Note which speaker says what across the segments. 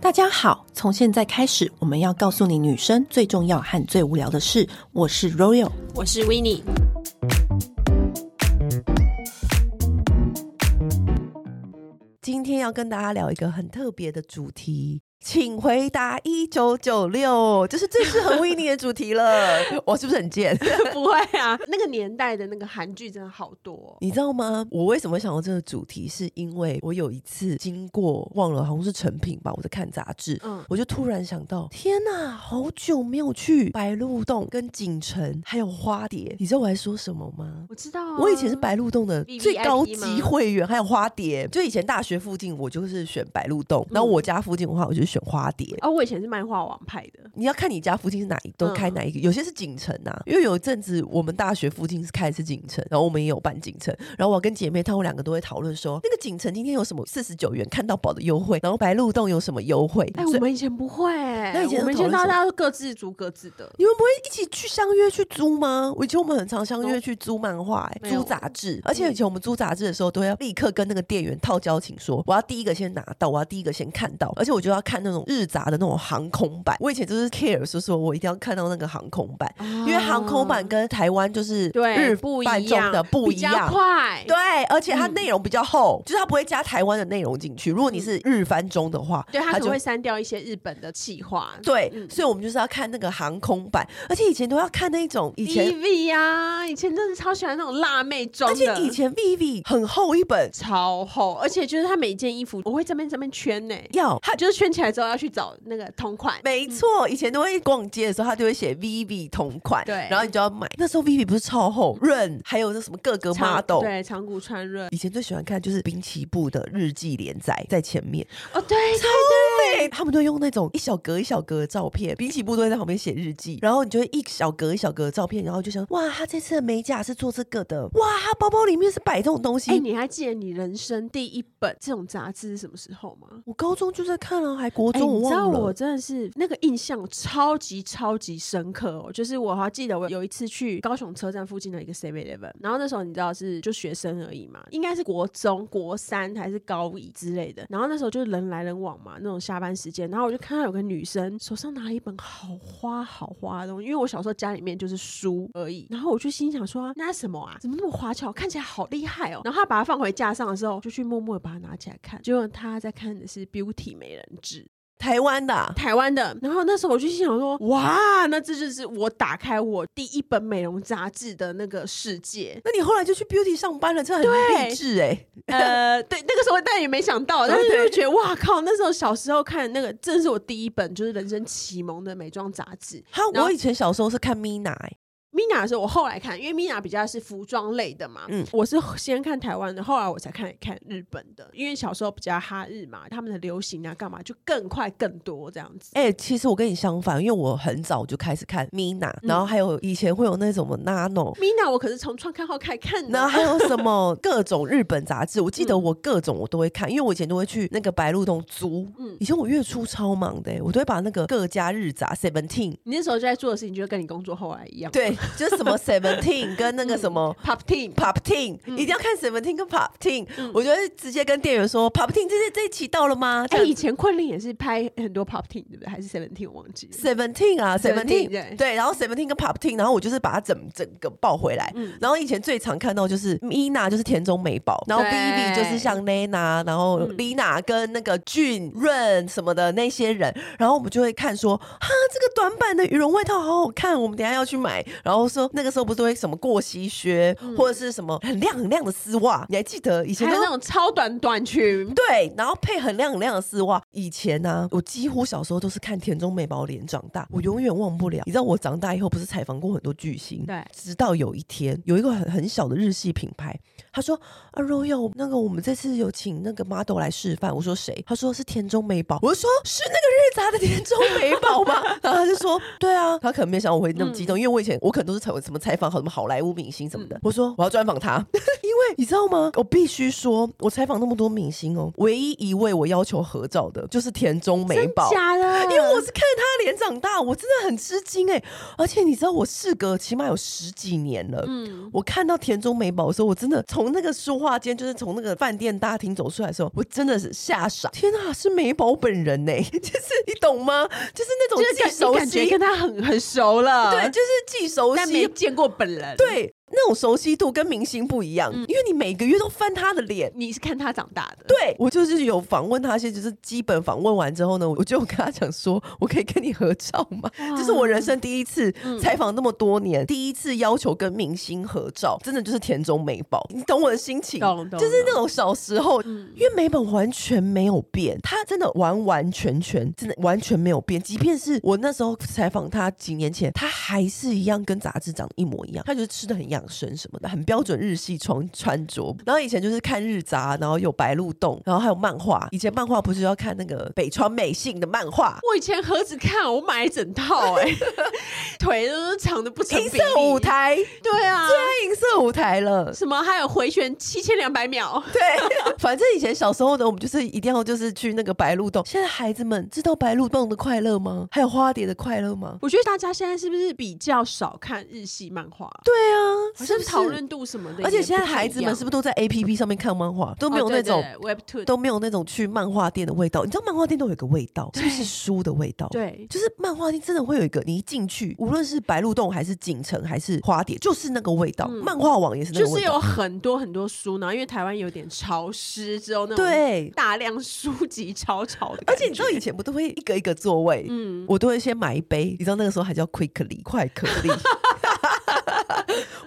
Speaker 1: 大家好，从现在开始，我们要告诉你女生最重要和最无聊的事。我是 Royal，
Speaker 2: 我是 w i n n i e
Speaker 1: 今天要跟大家聊一个很特别的主题，请回答一九九六，这是最适合维尼的主题了。 我 是不是很贱？
Speaker 2: 不会啊，那个年代的那个韩剧真的好多哦、
Speaker 1: 你知道吗？我为什么想到这个主题，是因为我有一次经过，忘了好像是成品吧，我在看杂志，
Speaker 2: 嗯
Speaker 1: 我就突然想到，天哪，好久没有去白鹿洞、跟景城，还有花蝶。你知道我在说什么吗？
Speaker 2: 我知道、啊，
Speaker 1: 我以前是白鹿洞的
Speaker 2: VVIP
Speaker 1: 最高级
Speaker 2: 吗
Speaker 1: 会员，还有花蝶。就以前大学附近，我就是选白鹿洞，
Speaker 2: 嗯
Speaker 1: 然后我家附近的话，我就选花蝶。
Speaker 2: 啊、我以前是漫画王派的，
Speaker 1: 你要看你家附近是哪一栋
Speaker 2: 嗯
Speaker 1: 开哪一个，有些是景城啊，因为有一阵子我们大学附近是开的是景城，然后我们也有办景城，然后我跟姐妹她们两个都会讨论说，那个景城今天有什么四十九元看到宝的优惠，然后白鹿洞有什么优惠，
Speaker 2: 哎、
Speaker 1: 所
Speaker 2: 我
Speaker 1: 以
Speaker 2: 们以前不会、
Speaker 1: 那以前
Speaker 2: 我们以
Speaker 1: 都讨
Speaker 2: 前
Speaker 1: 论
Speaker 2: 大
Speaker 1: 什么
Speaker 2: 家都各自租各自的，
Speaker 1: 你们不会一起去相约去租吗？我以前我们很常相约去租漫画、
Speaker 2: 没
Speaker 1: 欸、
Speaker 2: 有嗯
Speaker 1: 租杂志，而且以前我们租杂志的时候，都要立刻跟那个店员套交情说，我要第一个先拿到，我要第一个先看到，而且我就要看那种日杂的那种航空版。我以前就是 care 说说我一定要看到那个航空版，因为航空版跟台湾就是
Speaker 2: 哦对
Speaker 1: 日
Speaker 2: 不一
Speaker 1: 版中
Speaker 2: 样
Speaker 1: 的不
Speaker 2: 比
Speaker 1: 一
Speaker 2: 较
Speaker 1: 样。
Speaker 2: 快，嗯
Speaker 1: 对，而且它内容比较厚，就是它不会加台湾的内容进去。如果你是日翻中的话，
Speaker 2: 对，他可
Speaker 1: 就
Speaker 2: 能会删掉一些日本的企划，
Speaker 1: 对，所以我们就是要看那个航空版，而且以前都要看那种以前，
Speaker 2: ，DV 啊，以前真的超喜欢那种辣妹装
Speaker 1: 而
Speaker 2: 的，
Speaker 1: 且以前 Vivi 很厚一本，
Speaker 2: 超厚，而且就是他每一件衣服，我会这边这边圈呢、
Speaker 1: 要
Speaker 2: 他就是圈起来之后要去找那个同款，
Speaker 1: 没错，以前都会逛街的时候，他就会写 Vivi 同款，
Speaker 2: 对
Speaker 1: 然后你就要买。那时候 Vivi 不是超厚，润，还有那什么各个
Speaker 2: 长
Speaker 1: model。
Speaker 2: 对长谷川润，
Speaker 1: 以前最喜欢看就是滨崎步的日记连载在前面，
Speaker 2: 哦对
Speaker 1: 超美。他们都用那种一小格一小格的照片，滨崎步都会在旁边写日记，然后你就会一小格一小格的照片，然后就想哇，他这次的美甲是做这个的，哇，他包包里面是摆这种东西。
Speaker 2: 哎、你还记得你人生第一本这种杂志是什么时候吗？
Speaker 1: 我高中就在看了，还国
Speaker 2: 哎、
Speaker 1: 中我
Speaker 2: 你知道
Speaker 1: 忘了。
Speaker 2: 我真的是那个印象超级超级深刻哦，就是我还记得我有一次去高雄车站附近的一个 Seven Eleven，然后那时候你知道是就学生而已嘛，应该是国中、国三还是高一之类的，然后那时候就是人来人往嘛，那种下班时间，然后我就看到有个女生手上拿了一本好花好花的东西，因为我小时候家里面就是书而已，然后我就心想说那是什么啊，怎么那么花俏，看起来好厉害哦，然后她把它放回架上的时候，就去默默的把它拿起来看，结果她在看的是 Beauty 美人痣。
Speaker 1: 台湾的啊、。
Speaker 2: 台湾的。然后那时候我就心想说，哇，那这就是我打开我第一本美容杂志的那个世界
Speaker 1: 那你后来就去 Beauty 上班了，这很励志哎、
Speaker 2: 呃， 对，那个时候但也没想到，但是就觉得哇靠，那时候小时候看那个，真的是我第一本就是人生启蒙的美妆杂志。
Speaker 1: 哈，
Speaker 2: 然后
Speaker 1: 我以前小时候是看 Mina 哎、
Speaker 2: Mina 的时候，我后来看，因为 Mina 比较是服装类的嘛，
Speaker 1: 嗯
Speaker 2: 我是先看台湾的，后来我才看看日本的，因为小时候比较哈日嘛，他们的流行啊干嘛就更快更多这样子。
Speaker 1: 哎、其实我跟你相反，因为我很早就开始看 Mina，、然
Speaker 2: 嗯
Speaker 1: 后还有以前会有那种什么 Nano。
Speaker 2: Mina 我可是从创刊号开始看
Speaker 1: 然后
Speaker 2: 的，
Speaker 1: 还 有什么各种日本杂志，我记
Speaker 2: 嗯
Speaker 1: 得我各种我都会看，因为我以前都会去那个白鹿洞租。
Speaker 2: 嗯
Speaker 1: 以前我月初超忙的、哎我都会把那个各家日杂 Seventeen，
Speaker 2: 你那时候就在做的事情，就会跟你工作后来一样。嗯
Speaker 1: 对，就是什 么 Seventeen 跟那个什么
Speaker 2: ，Pop Team，
Speaker 1: Pop Teen，、一定
Speaker 2: 嗯
Speaker 1: 要看 Seventeen 跟 Pop Teen，、我就会直接跟店员说 Pop Teen 这这这一期到了吗？这
Speaker 2: 哎、
Speaker 1: 样
Speaker 2: 以前昆凌也是拍很多 Pop Team，对不对？还是 Seventeen，我忘记了。
Speaker 1: Seventeen 啊
Speaker 2: Seventeen，
Speaker 1: ，Seventeen
Speaker 2: 对
Speaker 1: 对，然后 Seventeen 跟 Pop Teen，然后我就是把它整整个抱回
Speaker 2: 嗯
Speaker 1: 来。然后以前最常看到就是 Mina 就是田中美宝，然后
Speaker 2: 对嗯
Speaker 1: Vivi 就是像 Nana，然后 Lina 跟那个俊润什么的那些人，然后我们就会看说啊，这个短版的羽绒外套好好看，我们等一下要去买。然后说那个时候不是都会什么过膝靴
Speaker 2: 嗯
Speaker 1: 或者是什么很亮很亮的丝袜，你还记得以前
Speaker 2: 还
Speaker 1: 都
Speaker 2: 有那种超短短裙，
Speaker 1: 对，然后配很亮很亮的丝袜。以前呢、我几乎小时候都是看田中美保脸长大，我永远忘不了。你知道我长大以后不是采访过很多巨星，
Speaker 2: 对
Speaker 1: 直到有一天有一个很很小的日系品牌，他说啊 Royal 那个我们这次有请那个 model 来示范，我说谁？他说是田中美保，我就说是那个日杂的田中美保吗？ 然后他就说对啊，他可能没想到我会那么激动，因为我以前我可能都是采什么采访好什么好莱坞明星什么的，我说我要专访他，因为 你知道吗？我必须说，我采访那么多明星哦，唯一一位我要求合照的就是田中美
Speaker 2: 真
Speaker 1: 宝。
Speaker 2: 假的？
Speaker 1: 因为我是看着他的脸长大，我真的很吃惊哎、而且你知道，我事隔起码有十几年了。
Speaker 2: 嗯，
Speaker 1: 我看到田中美宝的时候，我真的从那个书画间，就是从那个饭店大厅走出来的时候，我真的是吓傻！天啊，是美宝本人呢、欸 就是你懂吗？就是那种
Speaker 2: 就是
Speaker 1: 既
Speaker 2: 感你
Speaker 1: 熟
Speaker 2: 感觉
Speaker 1: 悉，
Speaker 2: 跟他很很熟了，
Speaker 1: 对，，就是既熟
Speaker 2: 但没
Speaker 1: 悉，
Speaker 2: 见过本人。，
Speaker 1: 对，那种熟悉度跟明星不一样，
Speaker 2: 嗯
Speaker 1: 因为你每个月都翻他的脸。
Speaker 2: 你是看他长大的，
Speaker 1: 对我就是有访问他一些，就是基本访问完之后呢，我就跟他讲说，我可以跟你合照吗？
Speaker 2: 哇
Speaker 1: 这是我人生第一次
Speaker 2: 嗯
Speaker 1: 采访那么多年，第一次要求跟明星合照，真的就是田中美宝，你懂我的心情，
Speaker 2: 懂懂嗯
Speaker 1: 就是那种小时候，因为美宝完全没有变，她真的完完全全，真的完全没有变，即便是我那时候采访她几年前，她还是一样跟杂志长得一模一样，她就是吃的很养生什么的，很标准日系穿穿着，然后以前就是看日杂，然后有白鹿洞，然后还有漫画，以前漫画不是要看那个北川美幸的漫画，
Speaker 2: 我以前何止看，我买一整套 哎、腿都是长的不成
Speaker 1: 银
Speaker 2: 比例。
Speaker 1: 色舞，台。
Speaker 2: 对啊，
Speaker 1: 太银色舞台了，
Speaker 2: 什么还有回旋七千两百秒，
Speaker 1: 对，反正以前小时候呢，我们就是一定要就是去那个白鹿洞。现在孩子们知道白鹿洞的快乐吗？还有花蝶的快乐吗？
Speaker 2: 我觉得大家现在是不是比较少看日系漫画？
Speaker 1: 对啊，
Speaker 2: 好
Speaker 1: 是
Speaker 2: 像
Speaker 1: 不是
Speaker 2: 讨？论度什么的也不太
Speaker 1: 而
Speaker 2: 一样，哦
Speaker 1: 且现在孩子们是不是都在 A P P 上面看漫画，都没有那种、
Speaker 2: Webtoon，
Speaker 1: 都没有那种去漫画店的味道？你知道漫画店都有一个味道，是不是书的味道？。
Speaker 2: 对，
Speaker 1: 就是漫画店真的会有一个，你一进去，无论是白鹿洞还是锦城还是花蝶，就是那个味道。漫画网也嗯是那个
Speaker 2: 就
Speaker 1: 味
Speaker 2: 是
Speaker 1: 道，
Speaker 2: 有很多很多书，然后因为台湾有点潮湿之后，那种
Speaker 1: 对。
Speaker 2: 大量书籍潮潮的感
Speaker 1: 而
Speaker 2: 觉，
Speaker 1: 且你知道以前不都会一个一个座位，
Speaker 2: 嗯，
Speaker 1: 我都会先买一杯，你知道那个时候还叫 quickly 快可 力，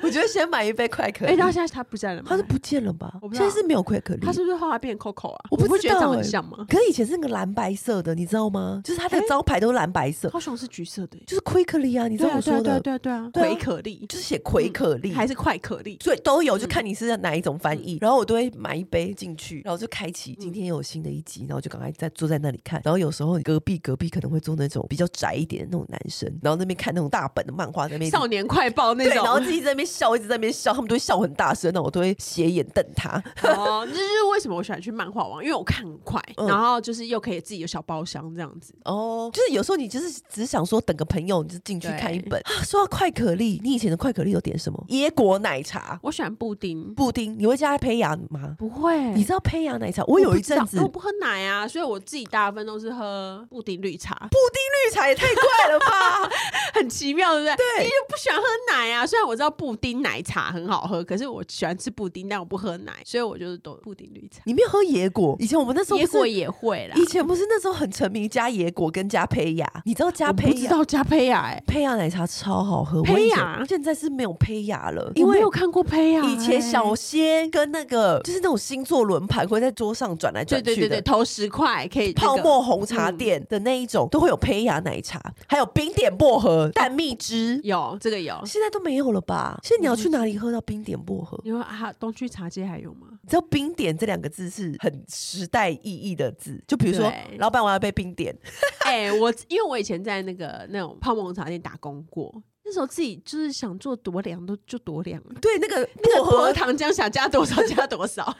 Speaker 1: 我觉得先买一杯快可
Speaker 2: 哎，
Speaker 1: 力。
Speaker 2: 到现在他不在了吗？
Speaker 1: 它是不见了吧
Speaker 2: 我？不知
Speaker 1: 现
Speaker 2: 道
Speaker 1: 在是没有 quickly，
Speaker 2: 他是不是后来变 Coco 啊？
Speaker 1: 我不知道
Speaker 2: 会觉得长得很
Speaker 1: 欸
Speaker 2: 像吗？
Speaker 1: 可是以前是那个蓝白色的，你知道吗？就是它的招牌都是蓝白色，
Speaker 2: 高雄是橘色的耶，欸
Speaker 1: 就是 quickly 啊，你知
Speaker 2: 对
Speaker 1: 道
Speaker 2: 啊
Speaker 1: 我
Speaker 2: 对啊
Speaker 1: 说
Speaker 2: 对啊
Speaker 1: 的，
Speaker 2: 对啊对啊，
Speaker 1: 对啊
Speaker 2: 葵可丽
Speaker 1: 就是写奎可力
Speaker 2: 还。是嗯快可丽，
Speaker 1: 所以都有，就看你是哪一种翻译。然后我都会买一杯进去，然后就开启
Speaker 2: 嗯
Speaker 1: 今天又有新的一集，然后就赶快在坐在那里看。然后有时候隔壁隔壁可能会坐那种比较宅一点的那种男生，然后那边看那种大本的漫画，在那边
Speaker 2: 少年快报那
Speaker 1: 对，然后
Speaker 2: 种。
Speaker 1: 自己在那边笑，一直在那边笑，他们都会笑很大声，那我都会斜眼瞪他。
Speaker 2: 哦，这就是为什么我喜欢去漫画网，因为我看很快，
Speaker 1: 嗯
Speaker 2: 然后就是又可以自己有小包厢这样子。
Speaker 1: 哦，就是有时候你就是只想说等个朋友，你就进去
Speaker 2: 对
Speaker 1: 看一 本。啊、说到快可丽，你以前的快可丽有点什么？椰果奶茶、
Speaker 2: 我喜欢布丁，
Speaker 1: 布丁，你会加胚芽吗？
Speaker 2: 不会，
Speaker 1: 你知道胚芽奶茶？我有一阵子
Speaker 2: 我不知道我不喝奶啊，所以我自己大部分都是喝布丁绿茶，
Speaker 1: 绿茶也太怪了吧？
Speaker 2: 很奇妙，对不对？
Speaker 1: 对
Speaker 2: 因为不喜欢喝奶啊。虽然我知道布丁奶茶很好喝，可是我喜欢吃布丁，但我不喝奶，所以我就是都布丁绿茶。
Speaker 1: 你没有喝椰果？以前我们那时候不
Speaker 2: 椰
Speaker 1: 是
Speaker 2: 果也会啦，
Speaker 1: 以前不是那时候很沉迷加椰果跟加胚芽，你知道加
Speaker 2: 我
Speaker 1: 胚
Speaker 2: 不知
Speaker 1: 芽？
Speaker 2: 道加胚芽、欸，
Speaker 1: 胚芽奶茶超好喝，我
Speaker 2: 胚
Speaker 1: 以前
Speaker 2: 芽
Speaker 1: 现在是没有胚芽了，
Speaker 2: 因
Speaker 1: 因
Speaker 2: 为
Speaker 1: 为
Speaker 2: 没有看过胚芽、
Speaker 1: 以前小
Speaker 2: 欸
Speaker 1: 仙跟那个哎就是那种星座轮盘会在桌上转来
Speaker 2: 对
Speaker 1: 转
Speaker 2: 对
Speaker 1: 去
Speaker 2: 对
Speaker 1: 的。
Speaker 2: 对，投十块可以、
Speaker 1: 泡沫红茶店的那一种都会有胚芽奶茶，还有冰点薄荷、蛋蜜汁，
Speaker 2: 有这个有。
Speaker 1: 现在都没有了吧？现在你要去哪里喝到冰点薄荷？
Speaker 2: 你说啊，东区茶街还有吗？
Speaker 1: 你知道“冰点”这两个字是很时代意义的字，就比如说
Speaker 2: 对
Speaker 1: 老板我要杯冰点，
Speaker 2: 哎、我因为我以前在那个那种泡沫红茶店打工过，那时候自己就是想做多凉都就多凉了。
Speaker 1: 对那个
Speaker 2: 那
Speaker 1: 薄
Speaker 2: 个薄
Speaker 1: 荷
Speaker 2: 荷，糖浆想加多少加多少，
Speaker 1: 就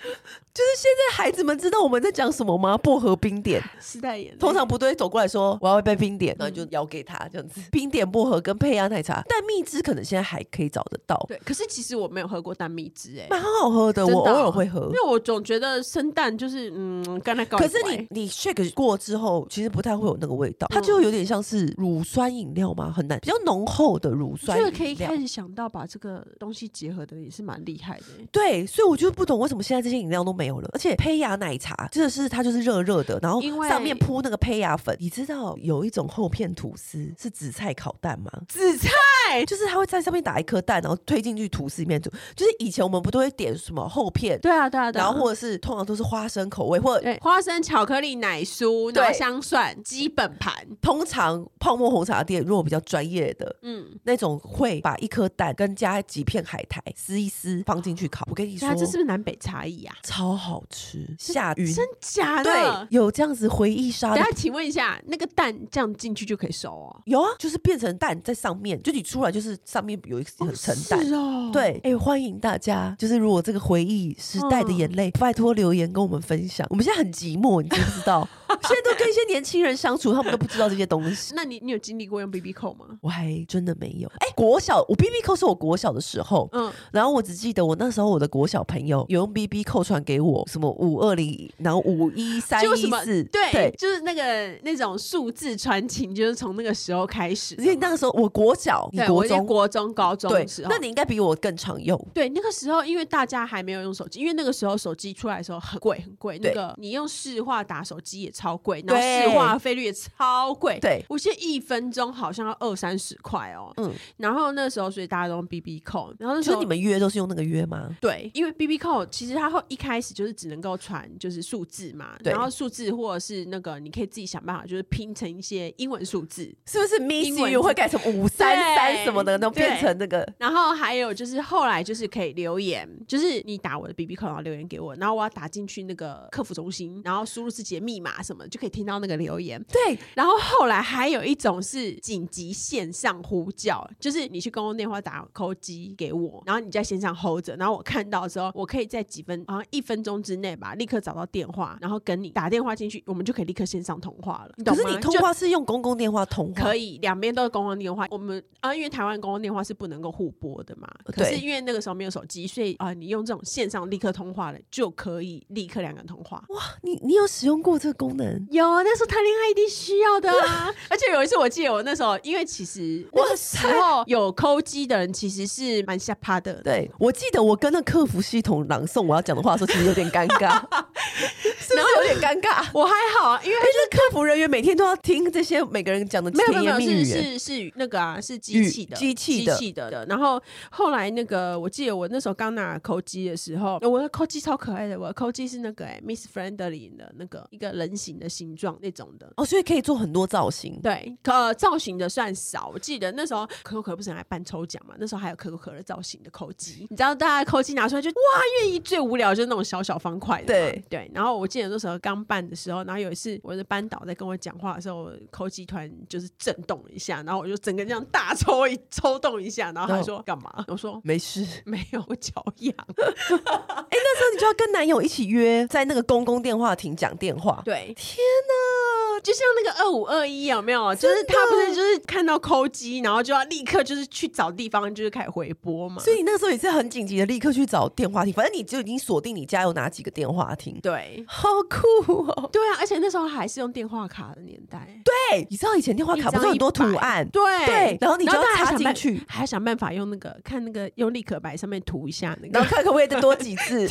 Speaker 1: 是现在孩子们知道我们在讲什么吗？薄荷冰点，
Speaker 2: 时代眼泪
Speaker 1: 通常不对走过来说我要一杯冰点，然后你就摇给他这样子。冰点薄荷跟胚芽奶茶，但蜜汁可能现在还可以找得到，
Speaker 2: 对，可是其实我没有喝过蛋蜜汁哎、
Speaker 1: 蛮好喝的，啊
Speaker 2: 真的
Speaker 1: 我
Speaker 2: 哦
Speaker 1: 偶尔会喝
Speaker 2: 因。为我总觉得生蛋就是嗯，刚才搞
Speaker 1: 可是你你 shake 过之后，其实不太会有那个味道，它就有点像是乳酸饮料嘛，很难比较浓厚的乳酸
Speaker 2: 这个可以
Speaker 1: 饮料
Speaker 2: 开。始想到把这个东西结合的也是蛮厉害的、欸。
Speaker 1: 对，所以我就不懂为什么现在这些饮料都没有了，而且胚芽奶茶真的是它就是热热的，然后
Speaker 2: 因为
Speaker 1: 上面铺那个胚芽粉。你知道有一种厚片吐司是紫菜烤蛋吗？
Speaker 2: 紫菜
Speaker 1: 就是它会在上面打一颗蛋，然后推进去吐司里面煮。就是以前我们不都会点什么厚片，
Speaker 2: 对啊对啊对啊，
Speaker 1: 然后或者是通常都是花生口味，或者
Speaker 2: 对，花生、巧克力、奶酥，然后
Speaker 1: 对
Speaker 2: 香蒜，基本盘。
Speaker 1: 通常泡沫红茶店如果比较专业的，
Speaker 2: 嗯，
Speaker 1: 那种会把一颗蛋跟加几片海苔撕一撕放进去烤。我跟你说
Speaker 2: 啊那，这是不是南北差异啊？
Speaker 1: 超好吃，下晕。
Speaker 2: 真假
Speaker 1: 对
Speaker 2: 的？，
Speaker 1: 有这样子回忆杀
Speaker 2: 等
Speaker 1: 的
Speaker 2: 下，请问一下，那个蛋这样进去就可以熟哦？
Speaker 1: 有啊，就是变成蛋在上面，就你出出来就是上面有一个很
Speaker 2: 哦是
Speaker 1: 沉淡。
Speaker 2: 哦，
Speaker 1: 对，哎、欢迎大家！就是如果这个回忆时代的
Speaker 2: 嗯
Speaker 1: 眼泪，拜托留言跟我们分享。我们现在很寂寞，你知不知道？现在都跟一些年轻人相处，他们都不知道这些东西。
Speaker 2: 那你你有经历过用 BB 扣吗？
Speaker 1: 我还真的没有。哎、国小我 B B 扣是我国小的时候，
Speaker 2: 嗯，
Speaker 1: 然后我只记得我那时候我的国小朋友有用 B B 扣传给我什么五二零，然后五一三
Speaker 2: 就什
Speaker 1: 一
Speaker 2: 么
Speaker 1: 四，
Speaker 2: 对，就是那个那种数字传情，就是从那个时候开始的
Speaker 1: 因
Speaker 2: 嘛。
Speaker 1: 为那个时候我国小，你
Speaker 2: 对
Speaker 1: 国
Speaker 2: 我在
Speaker 1: 中，
Speaker 2: 国中、高中
Speaker 1: 对
Speaker 2: 的时，候，
Speaker 1: 那你应该比我更常用。
Speaker 2: 对那个时候，因为大家还没有用手机，因为那个时候手机出来的时候很贵，很贵。那
Speaker 1: 对
Speaker 2: 个你用市话打手机也超贵，然后
Speaker 1: 对
Speaker 2: 市话费率也超贵。
Speaker 1: 对
Speaker 2: 我记得一分钟好像要二三十块哦。
Speaker 1: 嗯，
Speaker 2: 然后那时候，所以大家都用 BB 扣，然后那时
Speaker 1: 所以
Speaker 2: 候
Speaker 1: 你。们约都是用那个约吗？
Speaker 2: 对，因为 B B 扣其实它会一开始就是只能够传就是数字嘛，
Speaker 1: 对
Speaker 2: 然后数字或者是那个你可以自己想办法，就是拼成一些英文数字，
Speaker 1: 是不是 Miss
Speaker 2: 英文
Speaker 1: You 会改成五三三什么的，都
Speaker 2: 对
Speaker 1: 变成那个？
Speaker 2: 然后还有就是后来就是可以留言，就是你打我的 B B 扣，然后留言给我，然后我要打进去那个客服中心，然后输入自己的密码什么，就可以听到那个留言。
Speaker 1: 对，
Speaker 2: 然后后来还有一种是紧急线上呼叫，就是你去公共电话打扣机给我，然后你在线上 hold 着，然后我看到之后，我可以在几分好像一分钟之内吧，立刻找到电话，然后跟你打电话进去，我们就可以立刻线上通话了。你懂
Speaker 1: 可
Speaker 2: 吗？
Speaker 1: 是你通
Speaker 2: 就
Speaker 1: 话是用公共电话通话，
Speaker 2: 可以，两边都是公共电话。我们啊，因为台湾公共电话是不能够互拨的嘛。可
Speaker 1: 对
Speaker 2: 是因为那个时候没有手机，所以啊、你用这种线上立刻通话的，就可以立刻两个人通话。
Speaker 1: 你你有使用过这个功能？
Speaker 2: 有，那时候谈恋爱一定需要的啊！ 而且有一次，我记得我那时候，因为其实那
Speaker 1: 哇
Speaker 2: 个时候有抠机的人其实是蛮下趴的，
Speaker 1: 对，我记得我跟那客服系统朗诵我要讲的话的时候，其实有点尴 尬，是不是有点尴尬？
Speaker 2: 我还好啊，因为
Speaker 1: 因为这客服人员每天都要听这些每个人讲的
Speaker 2: 没有
Speaker 1: 甜
Speaker 2: 没有
Speaker 1: 言
Speaker 2: 没
Speaker 1: 蜜
Speaker 2: 有是
Speaker 1: 语，
Speaker 2: 是是那个啊，是机器的
Speaker 1: 机器的
Speaker 2: 机器的的。然后后来那个，我记得我那时候刚拿扣机的时候，我的扣机超可爱的，我的扣机是那个、欸、Miss Friendly 的那个一个人形的形状那种的。
Speaker 1: 哦，所以可以做很多造型。
Speaker 2: 对，可呃造型的算少。我记得那时候可口可乐不是很爱办抽奖嘛，那时候还有可口可乐造型的扣机，你知道大家扣机拿出来就哇，愿意最无聊就是那种小小方块的嘛。
Speaker 1: 对
Speaker 2: 对，然后我记得那时候刚办的时候，然后有一次我的班导在跟我讲话的时候，我扣机突然就是震动了一下，然后我就整个这样大抽一抽动一下，然后他说干嘛？我说
Speaker 1: 没事，
Speaker 2: 没有，我脚痒。
Speaker 1: 那时候你就要跟男友一起约在那个公共电话亭讲电话。
Speaker 2: 对，
Speaker 1: 天哪！
Speaker 2: 就像那个二五二一有没有？就是
Speaker 1: 真的
Speaker 2: 他不是就是看到扣机，然后就要立刻就是去找地方，就是开始回拨嘛。
Speaker 1: 所以你那个时候也是很紧急的，立刻去找电话亭，反正你就已经锁定你家有哪几个电话亭，
Speaker 2: 对
Speaker 1: 好酷哦！
Speaker 2: 对啊，而且那时候还是用电话卡的年代。
Speaker 1: 对，你知道以前电话
Speaker 2: 一
Speaker 1: 卡不
Speaker 2: 张
Speaker 1: 是有很多
Speaker 2: 100
Speaker 1: 图案，
Speaker 2: 对
Speaker 1: 对哎然后你就要
Speaker 2: 大家还
Speaker 1: 插
Speaker 2: 想
Speaker 1: 进
Speaker 2: 办
Speaker 1: 去
Speaker 2: 还要想办法用那个看那个用立可白上面涂一下那
Speaker 1: 然后
Speaker 2: 个，
Speaker 1: 看可不可以再多几 次。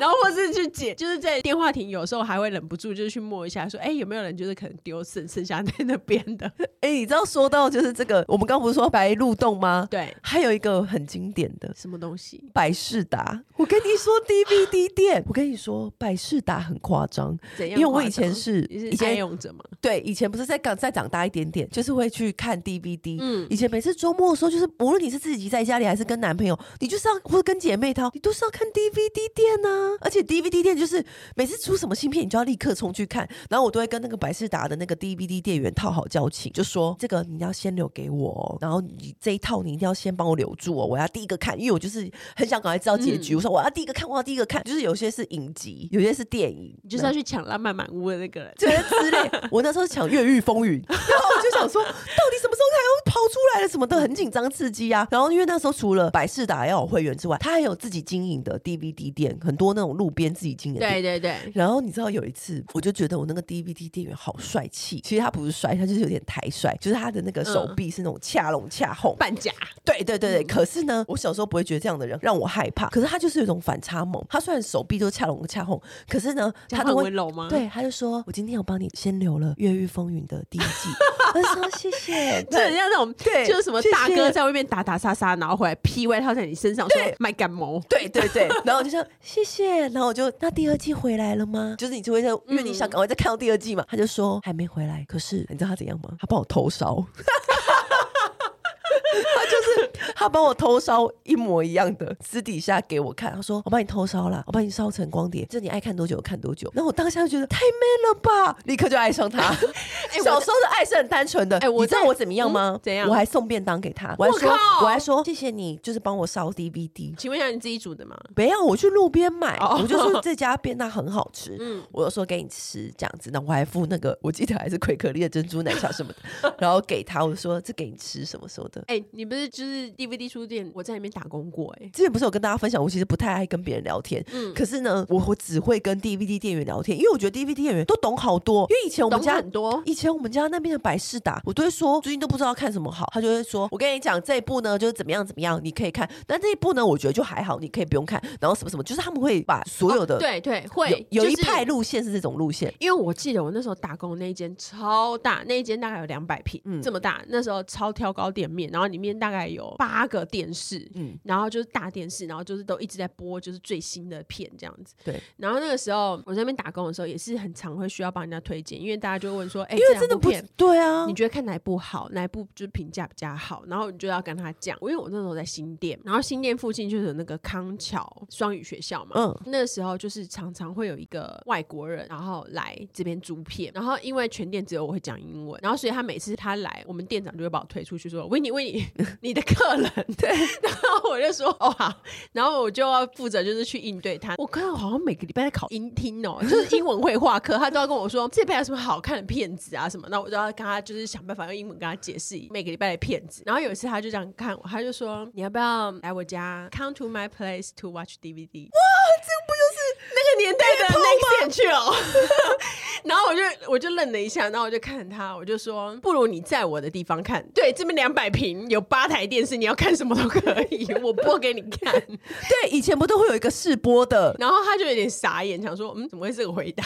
Speaker 2: 然后 或是去解，就是在电话亭有时候还会忍不住就是去摸一下，说哎、有没有人就是可能丢剩剩下在那边的？
Speaker 1: 哎、你知道说到就是这个，我们刚不是说白鹿洞吗？
Speaker 2: 对，
Speaker 1: 还有一个很经典的
Speaker 2: 什么东西？
Speaker 1: 百事达，我跟你 说 DVD 店，我跟你说百事达很夸张，
Speaker 2: 怎
Speaker 1: 因
Speaker 2: 样夸
Speaker 1: 为
Speaker 2: 张？
Speaker 1: 我以前是哎
Speaker 2: 你是
Speaker 1: 以
Speaker 2: 爱
Speaker 1: 前
Speaker 2: 用者嘛，
Speaker 1: 对以前不是在长再长大一点点，就是会去看 DVD。
Speaker 2: 嗯，
Speaker 1: 以前每次周末的时候，就是无论你是自己在家里还是跟男朋友，你就是要或者跟姐妹淘，你都是要看 DVD 店呐、而且 DVD 店就是每次出什么新片，你就要立刻冲去看。然后我都会跟那个百事达的那个 DVD 店员套好交情，就说这个你要先留给我哦，然后你这一套你一定要先帮我留住哦，我要第一个看，因为我就是很想赶快知道结
Speaker 2: 嗯
Speaker 1: 局。我说我要第一个看，我要第一个看。就是有些是影集，有些是电影，
Speaker 2: 你就是要去抢浪漫满屋的那个人。
Speaker 1: 觉得之类。我那时候抢《越狱风云》，然后我就想说，到底什么时候才要跑出来了？什么的，很紧张刺激啊。然后因为那时候除了百事达要有会员之外，他还有自己经营的 DVD 店，很多那种路边自己经营的店。
Speaker 2: 对对对，
Speaker 1: 然后你知道有一次，我就觉得我那个 DVD 店员好帅气，其实他不是帅，他就是有点台帅，就是他的那个手臂是那种恰拢恰红，
Speaker 2: 半甲
Speaker 1: 对对对对，可是呢，我小时候不会觉得这样的人让我害怕，可是他就是有一种反差萌。他虽然手臂都恰拢恰红，可是呢，
Speaker 2: 这
Speaker 1: 他
Speaker 2: 样
Speaker 1: 都
Speaker 2: 很
Speaker 1: 会
Speaker 2: 温柔吗？，
Speaker 1: 对，他就说：“我今天有帮你先留了《越狱风云》的第一季。”我就说：“谢谢。”
Speaker 2: 就很 像那种，
Speaker 1: 对
Speaker 2: 就是什么
Speaker 1: 谢谢
Speaker 2: 大哥在外面打打杀杀，然后回来 P 外套在你身上说
Speaker 1: 对
Speaker 2: 卖感冒，
Speaker 1: 对对对，然后我就说谢谢，然后我就那第二季回来了吗？就是你就会在，因为你
Speaker 2: 嗯
Speaker 1: 想赶快再看到第二季嘛。他就说还没回来， 可是你知道他怎样吗？他帮我偷烧，他就是他帮我偷烧一模一样的，私底下给我看，他说我帮你偷烧啦，我帮你烧成光碟，这你爱看多久看多久。然后我当下就觉得太 man 了吧，立刻就爱上他。
Speaker 2: 哎我
Speaker 1: 小时候的爱是很单纯的，
Speaker 2: 哎我
Speaker 1: 你知道
Speaker 2: 在
Speaker 1: 我怎么样吗？
Speaker 2: 嗯怎样
Speaker 1: 我还送便当给他，我还
Speaker 2: 我
Speaker 1: 说
Speaker 2: 靠
Speaker 1: 我还说谢谢你，就是帮我烧 DVD。
Speaker 2: 请问一下，你自己煮的吗？
Speaker 1: 没有，我去路边买，
Speaker 2: 哦
Speaker 1: 我就 说这家便当很好吃，
Speaker 2: 嗯
Speaker 1: 我就说给你吃这样子，那我还付那个，我记得还是奎克力的珍珠奶茶什么 的，然后给他，我说这给你吃什么什么的。
Speaker 2: 哎、你不是就是 DVD 书店，我在里面打工过哎、
Speaker 1: 之前不是有跟大家分享，我其实不太爱跟别人聊天，
Speaker 2: 嗯
Speaker 1: 可是呢，我我只会跟 DVD 店员聊天，因为我觉得 DVD 店员都懂好多，因为以前我们
Speaker 2: 懂
Speaker 1: 家
Speaker 2: 很多，
Speaker 1: 以前我们家那边的百事达，我都会说最近都不知道看什么好，他就会说，我跟你讲这一部呢就是怎么样怎么样，你可以看，但这一部呢我觉得就还好，你可以不用看，然后什么什么，就是他们会把所有的、
Speaker 2: 哦对对会
Speaker 1: 有有
Speaker 2: 就
Speaker 1: 一
Speaker 2: 是
Speaker 1: 派路线是这种路线，
Speaker 2: 因为我记得我那时候打工的那一间超大，那一间大概有两百平，
Speaker 1: 嗯
Speaker 2: 这么大。那时候超挑高店面，然后里面大概有八个电视，
Speaker 1: 嗯
Speaker 2: 然后就是大电视，然后就是都一直在播就是最新的片这样子。
Speaker 1: 对。
Speaker 2: 然后那个时候我在那边打工的时候，也是很常会需要帮人家推荐，因为大家就会问说，哎、
Speaker 1: 因为真的
Speaker 2: 这两部
Speaker 1: 不
Speaker 2: 片
Speaker 1: 对啊
Speaker 2: 你，觉得看哪一部好，哪一部就是评价比较好，然后你就要跟他讲。因为我那时候在新店，然后新店附近就是有那个康桥双语学校嘛，
Speaker 1: 嗯
Speaker 2: 那时候就是常常会有一个外国人，然后来这边租片，然后因为全店只有我会讲英文，然后所以他每次他来，我们店长就会把我推出去说：“维尼，维尼， 你的客人。” 对，然后我就说：“ 哦好。”然后我就要负责就是去应对他。我看到好像每个礼拜在考英听哦， 就是英文绘画课，他都要跟我说这 礼拜有什么好看的片子啊什么，那我就要跟他就是想办法用英文跟他解释每个礼拜的片子。然后有一次他就这样看我，他就说你要不要来我家，come to my place to watch DVD。那个年代的 Next Central，然 后我就我就愣了一下，然后我就看他，我就说，不如你在我的地方看，对，这边两百平，有八台电视，你要看什么都可以，我播给你看。
Speaker 1: 对，以前不都会有一个试播的，
Speaker 2: 然后他就有点傻眼，想说，嗯，怎么会是这 个回答？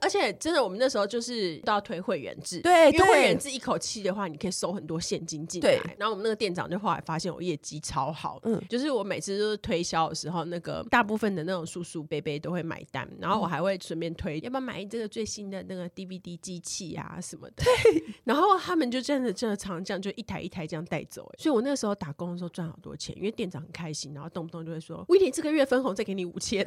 Speaker 2: 而且真的，我们那时候就是都要推会员制，
Speaker 1: 对
Speaker 2: 因为
Speaker 1: 对
Speaker 2: 会员制一口气的话，你可以收很多现金进来
Speaker 1: 对。
Speaker 2: 然后我们那个店长就后来发现我业绩超好，嗯
Speaker 1: 嗯，
Speaker 2: 就是我每次就是推销的时候，那个大部分的那种叔叔伯伯都会买单，然
Speaker 1: 嗯
Speaker 2: 后我还会顺便推，要不要买这个最新的那个 DVD 机器啊什么的。 然后他们就真的真的常这样，就一台一台这样带走、欸。所以我那时候打工的时候赚好多钱，因为店长很开心，然后动不动就会说：“威廉这个月分红再给你 五千。”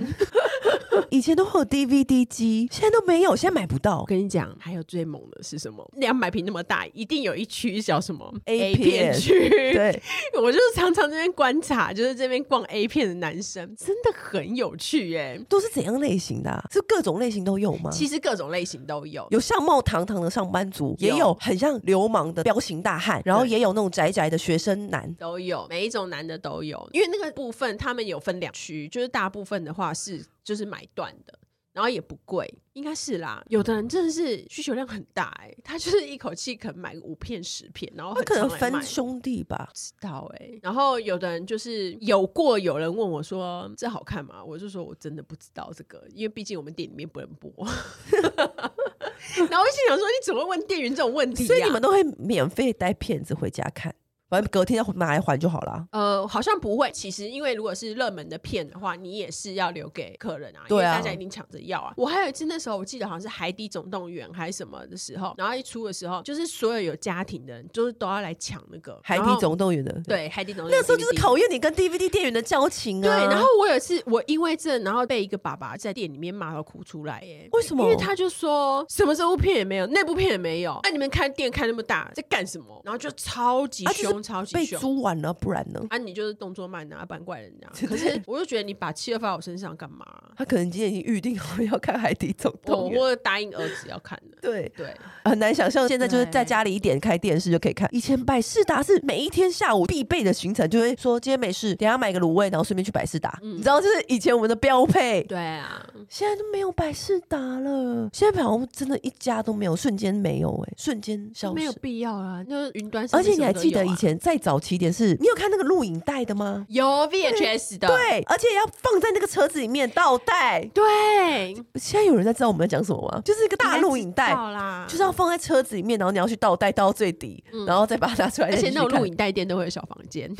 Speaker 1: 以前都会有 DVD 机，现在都没有，现在买不到
Speaker 2: 我。跟你讲，还有最猛的是什么？两百平那么大，一定有一区叫什么
Speaker 1: A 片
Speaker 2: 片区。
Speaker 1: 对，
Speaker 2: 我就是常常这边观察，就是这边逛 A 片的男生真的很有趣耶、
Speaker 1: 都是怎样类型的、啊？是各种类型都有吗？
Speaker 2: 其实各种类型都有。
Speaker 1: 有相貌堂堂的上班族，也
Speaker 2: 有
Speaker 1: 有很像流氓的彪形大汉，然后
Speaker 2: 对
Speaker 1: 也有那种宅宅的学生男。
Speaker 2: 都有，每一种男的都有，因为那个部分他们有分两区，就是大部分的话是就是买断的，然后也不贵，应该是啦。有的人真的是需求量很大、欸，他就是一口气可能买个五片十片，然后
Speaker 1: 他
Speaker 2: 哦很
Speaker 1: 可能
Speaker 2: 常来卖
Speaker 1: 分兄弟吧，
Speaker 2: 知道哎、然后有的人就是有过有人问我说这好看吗？我就说我真的不知道这个，因为毕竟我们店里面不能播。 然后我心想说你怎么会问店员这种问题、呀？啊
Speaker 1: 所以你们都会免费带片子回家看，反正隔天要拿来还就好啊啦。
Speaker 2: 呃，好像不会。其实，因为如果是热门的片的话，你也是要留给客人啊，因为
Speaker 1: 对啊
Speaker 2: 大家一定抢着要啊。我还有一次，那时候我记得好像是《海底总动员》还是什么的时候，然后一出的时候，就是所有有家庭的人，就是都要来抢那个《
Speaker 1: 海
Speaker 2: 然
Speaker 1: 底
Speaker 2: 后
Speaker 1: 总动员的，，
Speaker 2: 对《海底总动员》
Speaker 1: 那时候就是
Speaker 2: DVD
Speaker 1: 考验你跟 DVD 店员的交情
Speaker 2: 对，
Speaker 1: 啊。
Speaker 2: 然后我有一次，我因为这，然后被一个爸爸在店里面骂到哭出来耶。
Speaker 1: 为什么
Speaker 2: 因为他就说什么这部片也没有，那部片也没有，哎、你们开店开那么大，在干什么？然后就超级
Speaker 1: 啊就是
Speaker 2: 凶，超级
Speaker 1: 被
Speaker 2: 凶。
Speaker 1: 租完了，不然呢？
Speaker 2: 啊，你就是动作 慢啊，不然怪人家。可是我就觉得你把气发我身上干嘛、
Speaker 1: 他可能今天已经预定好要看《海底总
Speaker 2: 哦我
Speaker 1: 动员》。
Speaker 2: 我答应儿子要看的，
Speaker 1: 对，
Speaker 2: 对，
Speaker 1: 很难想象现在就是
Speaker 2: 对
Speaker 1: 在家里一点开电视就可以看。以前百事达是每一天下午必备的行程，就会说今天没事，等一下买个卤味，然后顺便去百事达。你知道，这是以前我们的标配。
Speaker 2: 嗯对啊，
Speaker 1: 现在都没有百事达了，现在好像真的一家都没有，瞬间没有、哎，瞬间消
Speaker 2: 没有
Speaker 1: 失。
Speaker 2: 必要啦，就是云端上
Speaker 1: 而
Speaker 2: 面
Speaker 1: 且
Speaker 2: 什
Speaker 1: 你
Speaker 2: 么
Speaker 1: 还
Speaker 2: 都有啊、
Speaker 1: 记得以前再早期一点是，你有看那个录影带的吗？
Speaker 2: 有 VHS 的，
Speaker 1: 对，而且要放在那个车子里面倒带。
Speaker 2: 对，
Speaker 1: 现在有人在知道我们在讲什么吗？就是一个大录影带，
Speaker 2: 好啦，
Speaker 1: 就是要放在车子里面，然后你要去倒带倒到最底，然后再把它拿出来。
Speaker 2: 嗯而且那种录
Speaker 1: 影，
Speaker 2: 影带店都会有小房间，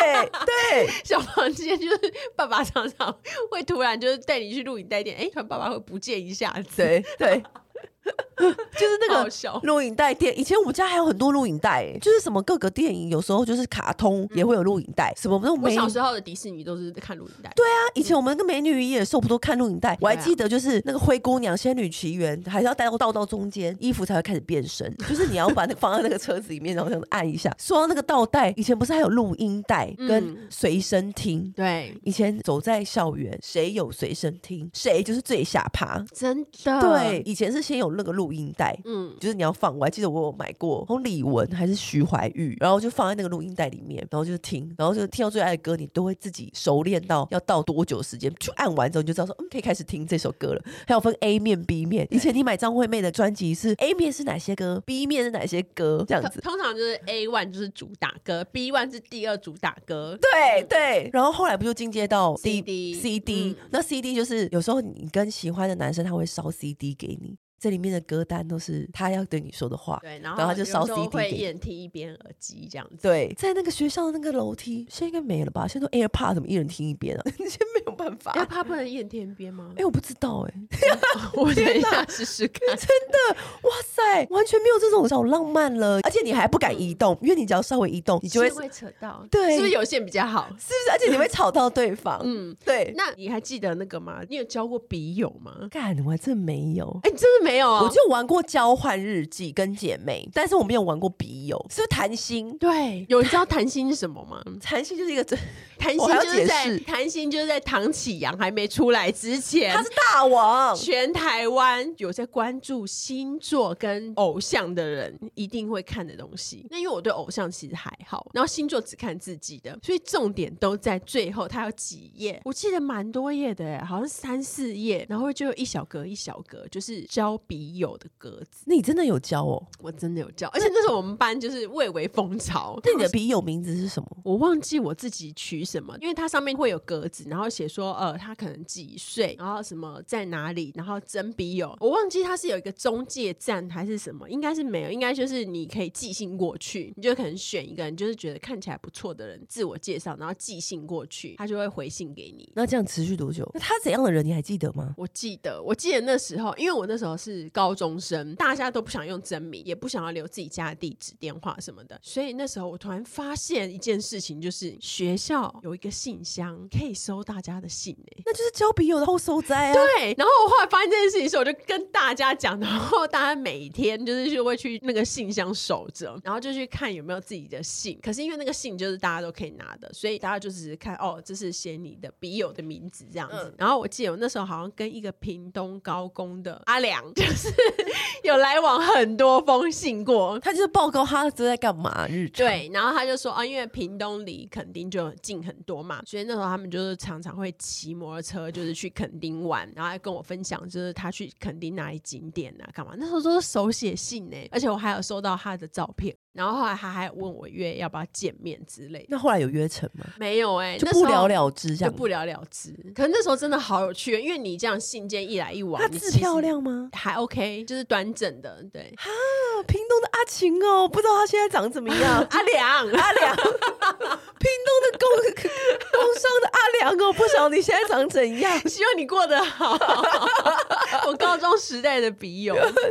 Speaker 1: 对对，
Speaker 2: 小房间就是爸爸常 常会突然就是带你去录影带店，哎、突然爸爸会不见一下子，
Speaker 1: 对对，就是那
Speaker 2: 好
Speaker 1: 个
Speaker 2: 笑
Speaker 1: 录影带店，以前我们家还有很多录影带、欸，就是什么各个电影，有时候就是卡通也会有录影带，什么那种
Speaker 2: 我
Speaker 1: 美女
Speaker 2: 小时候的迪士尼都是看录影带，
Speaker 1: 对啊，以前我们跟美女与野兽不都看录影带？我还
Speaker 2: 对啊
Speaker 1: 记得，就是那个灰姑娘、仙女奇缘，还是要带到倒到中间，衣服才会开始变身。 就是你要把那个放在那个车子里面，然后这样按一下。 说到那个倒带，以前不是还有录音带跟
Speaker 2: 嗯
Speaker 1: 随身听？
Speaker 2: 对，
Speaker 1: 以前走在校园，谁有随身听，谁就是最下趴。
Speaker 2: 真的，
Speaker 1: 对，，以前是先有那个录音带。
Speaker 2: 嗯，
Speaker 1: 就是你要放，我还记得我有买过，从李玟还是徐怀钰，然后就放在那个录音带里面，然后就听，然后就听到最爱的歌，你都会自己熟练到要到多久时间，就按完之后你就知道说，嗯，可以开始听这首歌了。还有分 A 面、B 面，以前你买张惠妹的专辑是 A 面是哪些歌，B 面是哪些歌，这样
Speaker 2: 通
Speaker 1: 子。
Speaker 2: 通常就是 A one 就是主打歌，B one 是第二主打歌，
Speaker 1: 对对，然后后来不就进阶到 D
Speaker 2: CD
Speaker 1: CD，、那 CD 就是有时候你跟喜欢的男生他会烧 CD 给你，这里面的歌单都是他要对你说的话。
Speaker 2: 对，然后
Speaker 1: 然后他就
Speaker 2: 有
Speaker 1: 烧
Speaker 2: 时候
Speaker 1: CD
Speaker 2: 会
Speaker 1: 给
Speaker 2: 一人听一边耳机这样子，
Speaker 1: 对，在那个学校的那个楼梯，现在应该没了吧？现在都 AirPod 怎么一人听一边啊？ 现在没有办法。
Speaker 2: 要
Speaker 1: 哎、
Speaker 2: 怕不能一人听一边吗？
Speaker 1: 我不知道 哎、
Speaker 2: 我等
Speaker 1: 天
Speaker 2: 一下试试看。
Speaker 1: 哇塞，完全没有这种小浪漫了，而且你还不敢移动，因为你只要稍微移动， 你就嗯会
Speaker 2: 是会扯到，
Speaker 1: 对
Speaker 2: 是不是有线比较好？
Speaker 1: 是不是？而且你会吵到对方。
Speaker 2: 嗯，
Speaker 1: 对。
Speaker 2: 那你还记得那个吗？你有交过笔友吗？
Speaker 1: 干，我还真没有。啊
Speaker 2: 哎、你真的没有、哦？
Speaker 1: 我就玩过交换日记跟姐妹，但是我没有玩过笔友。是不是谈心？
Speaker 2: 对，有人知道谈心是什么 吗？
Speaker 1: 谈心就是一个真，
Speaker 2: 谈心
Speaker 1: 我还要
Speaker 2: 就是
Speaker 1: 解
Speaker 2: 在
Speaker 1: 释
Speaker 2: 谈心就是在唐启阳还没出来之前
Speaker 1: 他。是大王。
Speaker 2: 全台湾有在关注星座跟偶像的人，一定会看的东西。那因为我对偶像其实还好，然后星座只看自己的，所以重点都在最后。它有几页？我记得蛮多页的耶，好像三四页，然后就有一小格一小格，就是交笔友的格子。
Speaker 1: 你真的有交哦？
Speaker 2: 我真的有交，而且那时候我们班就是蔚为风潮。
Speaker 1: 那你的笔友名字是什么？
Speaker 2: 我忘记我自己取什么，因为它上面会有格子，然后写说呃，他可能几岁，然后什么在哪里，然后征笔友。我忘记它是有一个中介站还是什么，应该是没有，应该就是你可以寄信过去，你就可能选一个你就是觉得看起来不错的人自我介绍，然后寄信过去，他就会回信给你。
Speaker 1: 那这样持续多久？那他怎样的人你还记得吗？
Speaker 2: 我记得，我记得那时候，因为我那时候是高中生，大家都不想用真名，也不想要留自己家的地址、电话什么的，所以那时候我突然发现一件事情，就是学校有一个信箱可以收大家的信欸诶、
Speaker 1: 那就是交笔友的后收灾啊。
Speaker 2: 对，然后我后来发现这件事情的时候，我就跟大家讲，然后大家每天就是就会去那个信箱守着，然后就去看有没有自己的信。可是因为那个信就是大家都可以拿的，所以大家就只是看哦，这是写你的笔友的名字这样子。
Speaker 1: 嗯
Speaker 2: 然后我记得我那时候好像跟一个屏东高工的阿良，就是有来往很多封信过。
Speaker 1: 他就是报告他都在干嘛日常。
Speaker 2: 对，然后他就说啊，因为屏东离垦丁就近很多嘛，所以那时候他们就是常常会骑摩托车，就是去垦丁玩，然后还跟我分享就是他去垦丁哪里景点啊，干嘛？那时候都是手写信呢、而且我还有收到他的照片，然后后来他还问我约要不要见面之类的，
Speaker 1: 那后来有约成吗？
Speaker 2: 没有哎、
Speaker 1: 就
Speaker 2: 那时
Speaker 1: 不了
Speaker 2: 候
Speaker 1: 了之这
Speaker 2: 就
Speaker 1: 样。
Speaker 2: 不了了之。可是那时候真的好有趣，哦因为你这样信件一来一往，
Speaker 1: 她
Speaker 2: 你
Speaker 1: 啊字
Speaker 2: 其实
Speaker 1: 漂亮吗？
Speaker 2: 还 OK，就是端正的，对，。
Speaker 1: 啊，屏东的阿晴哦，不知道她现在长怎么样
Speaker 2: 阿良。
Speaker 1: 阿良，屏东的工工商的阿良哦，不晓得你现在长怎样。
Speaker 2: 希望你过得好。我高中时代的笔 友，真的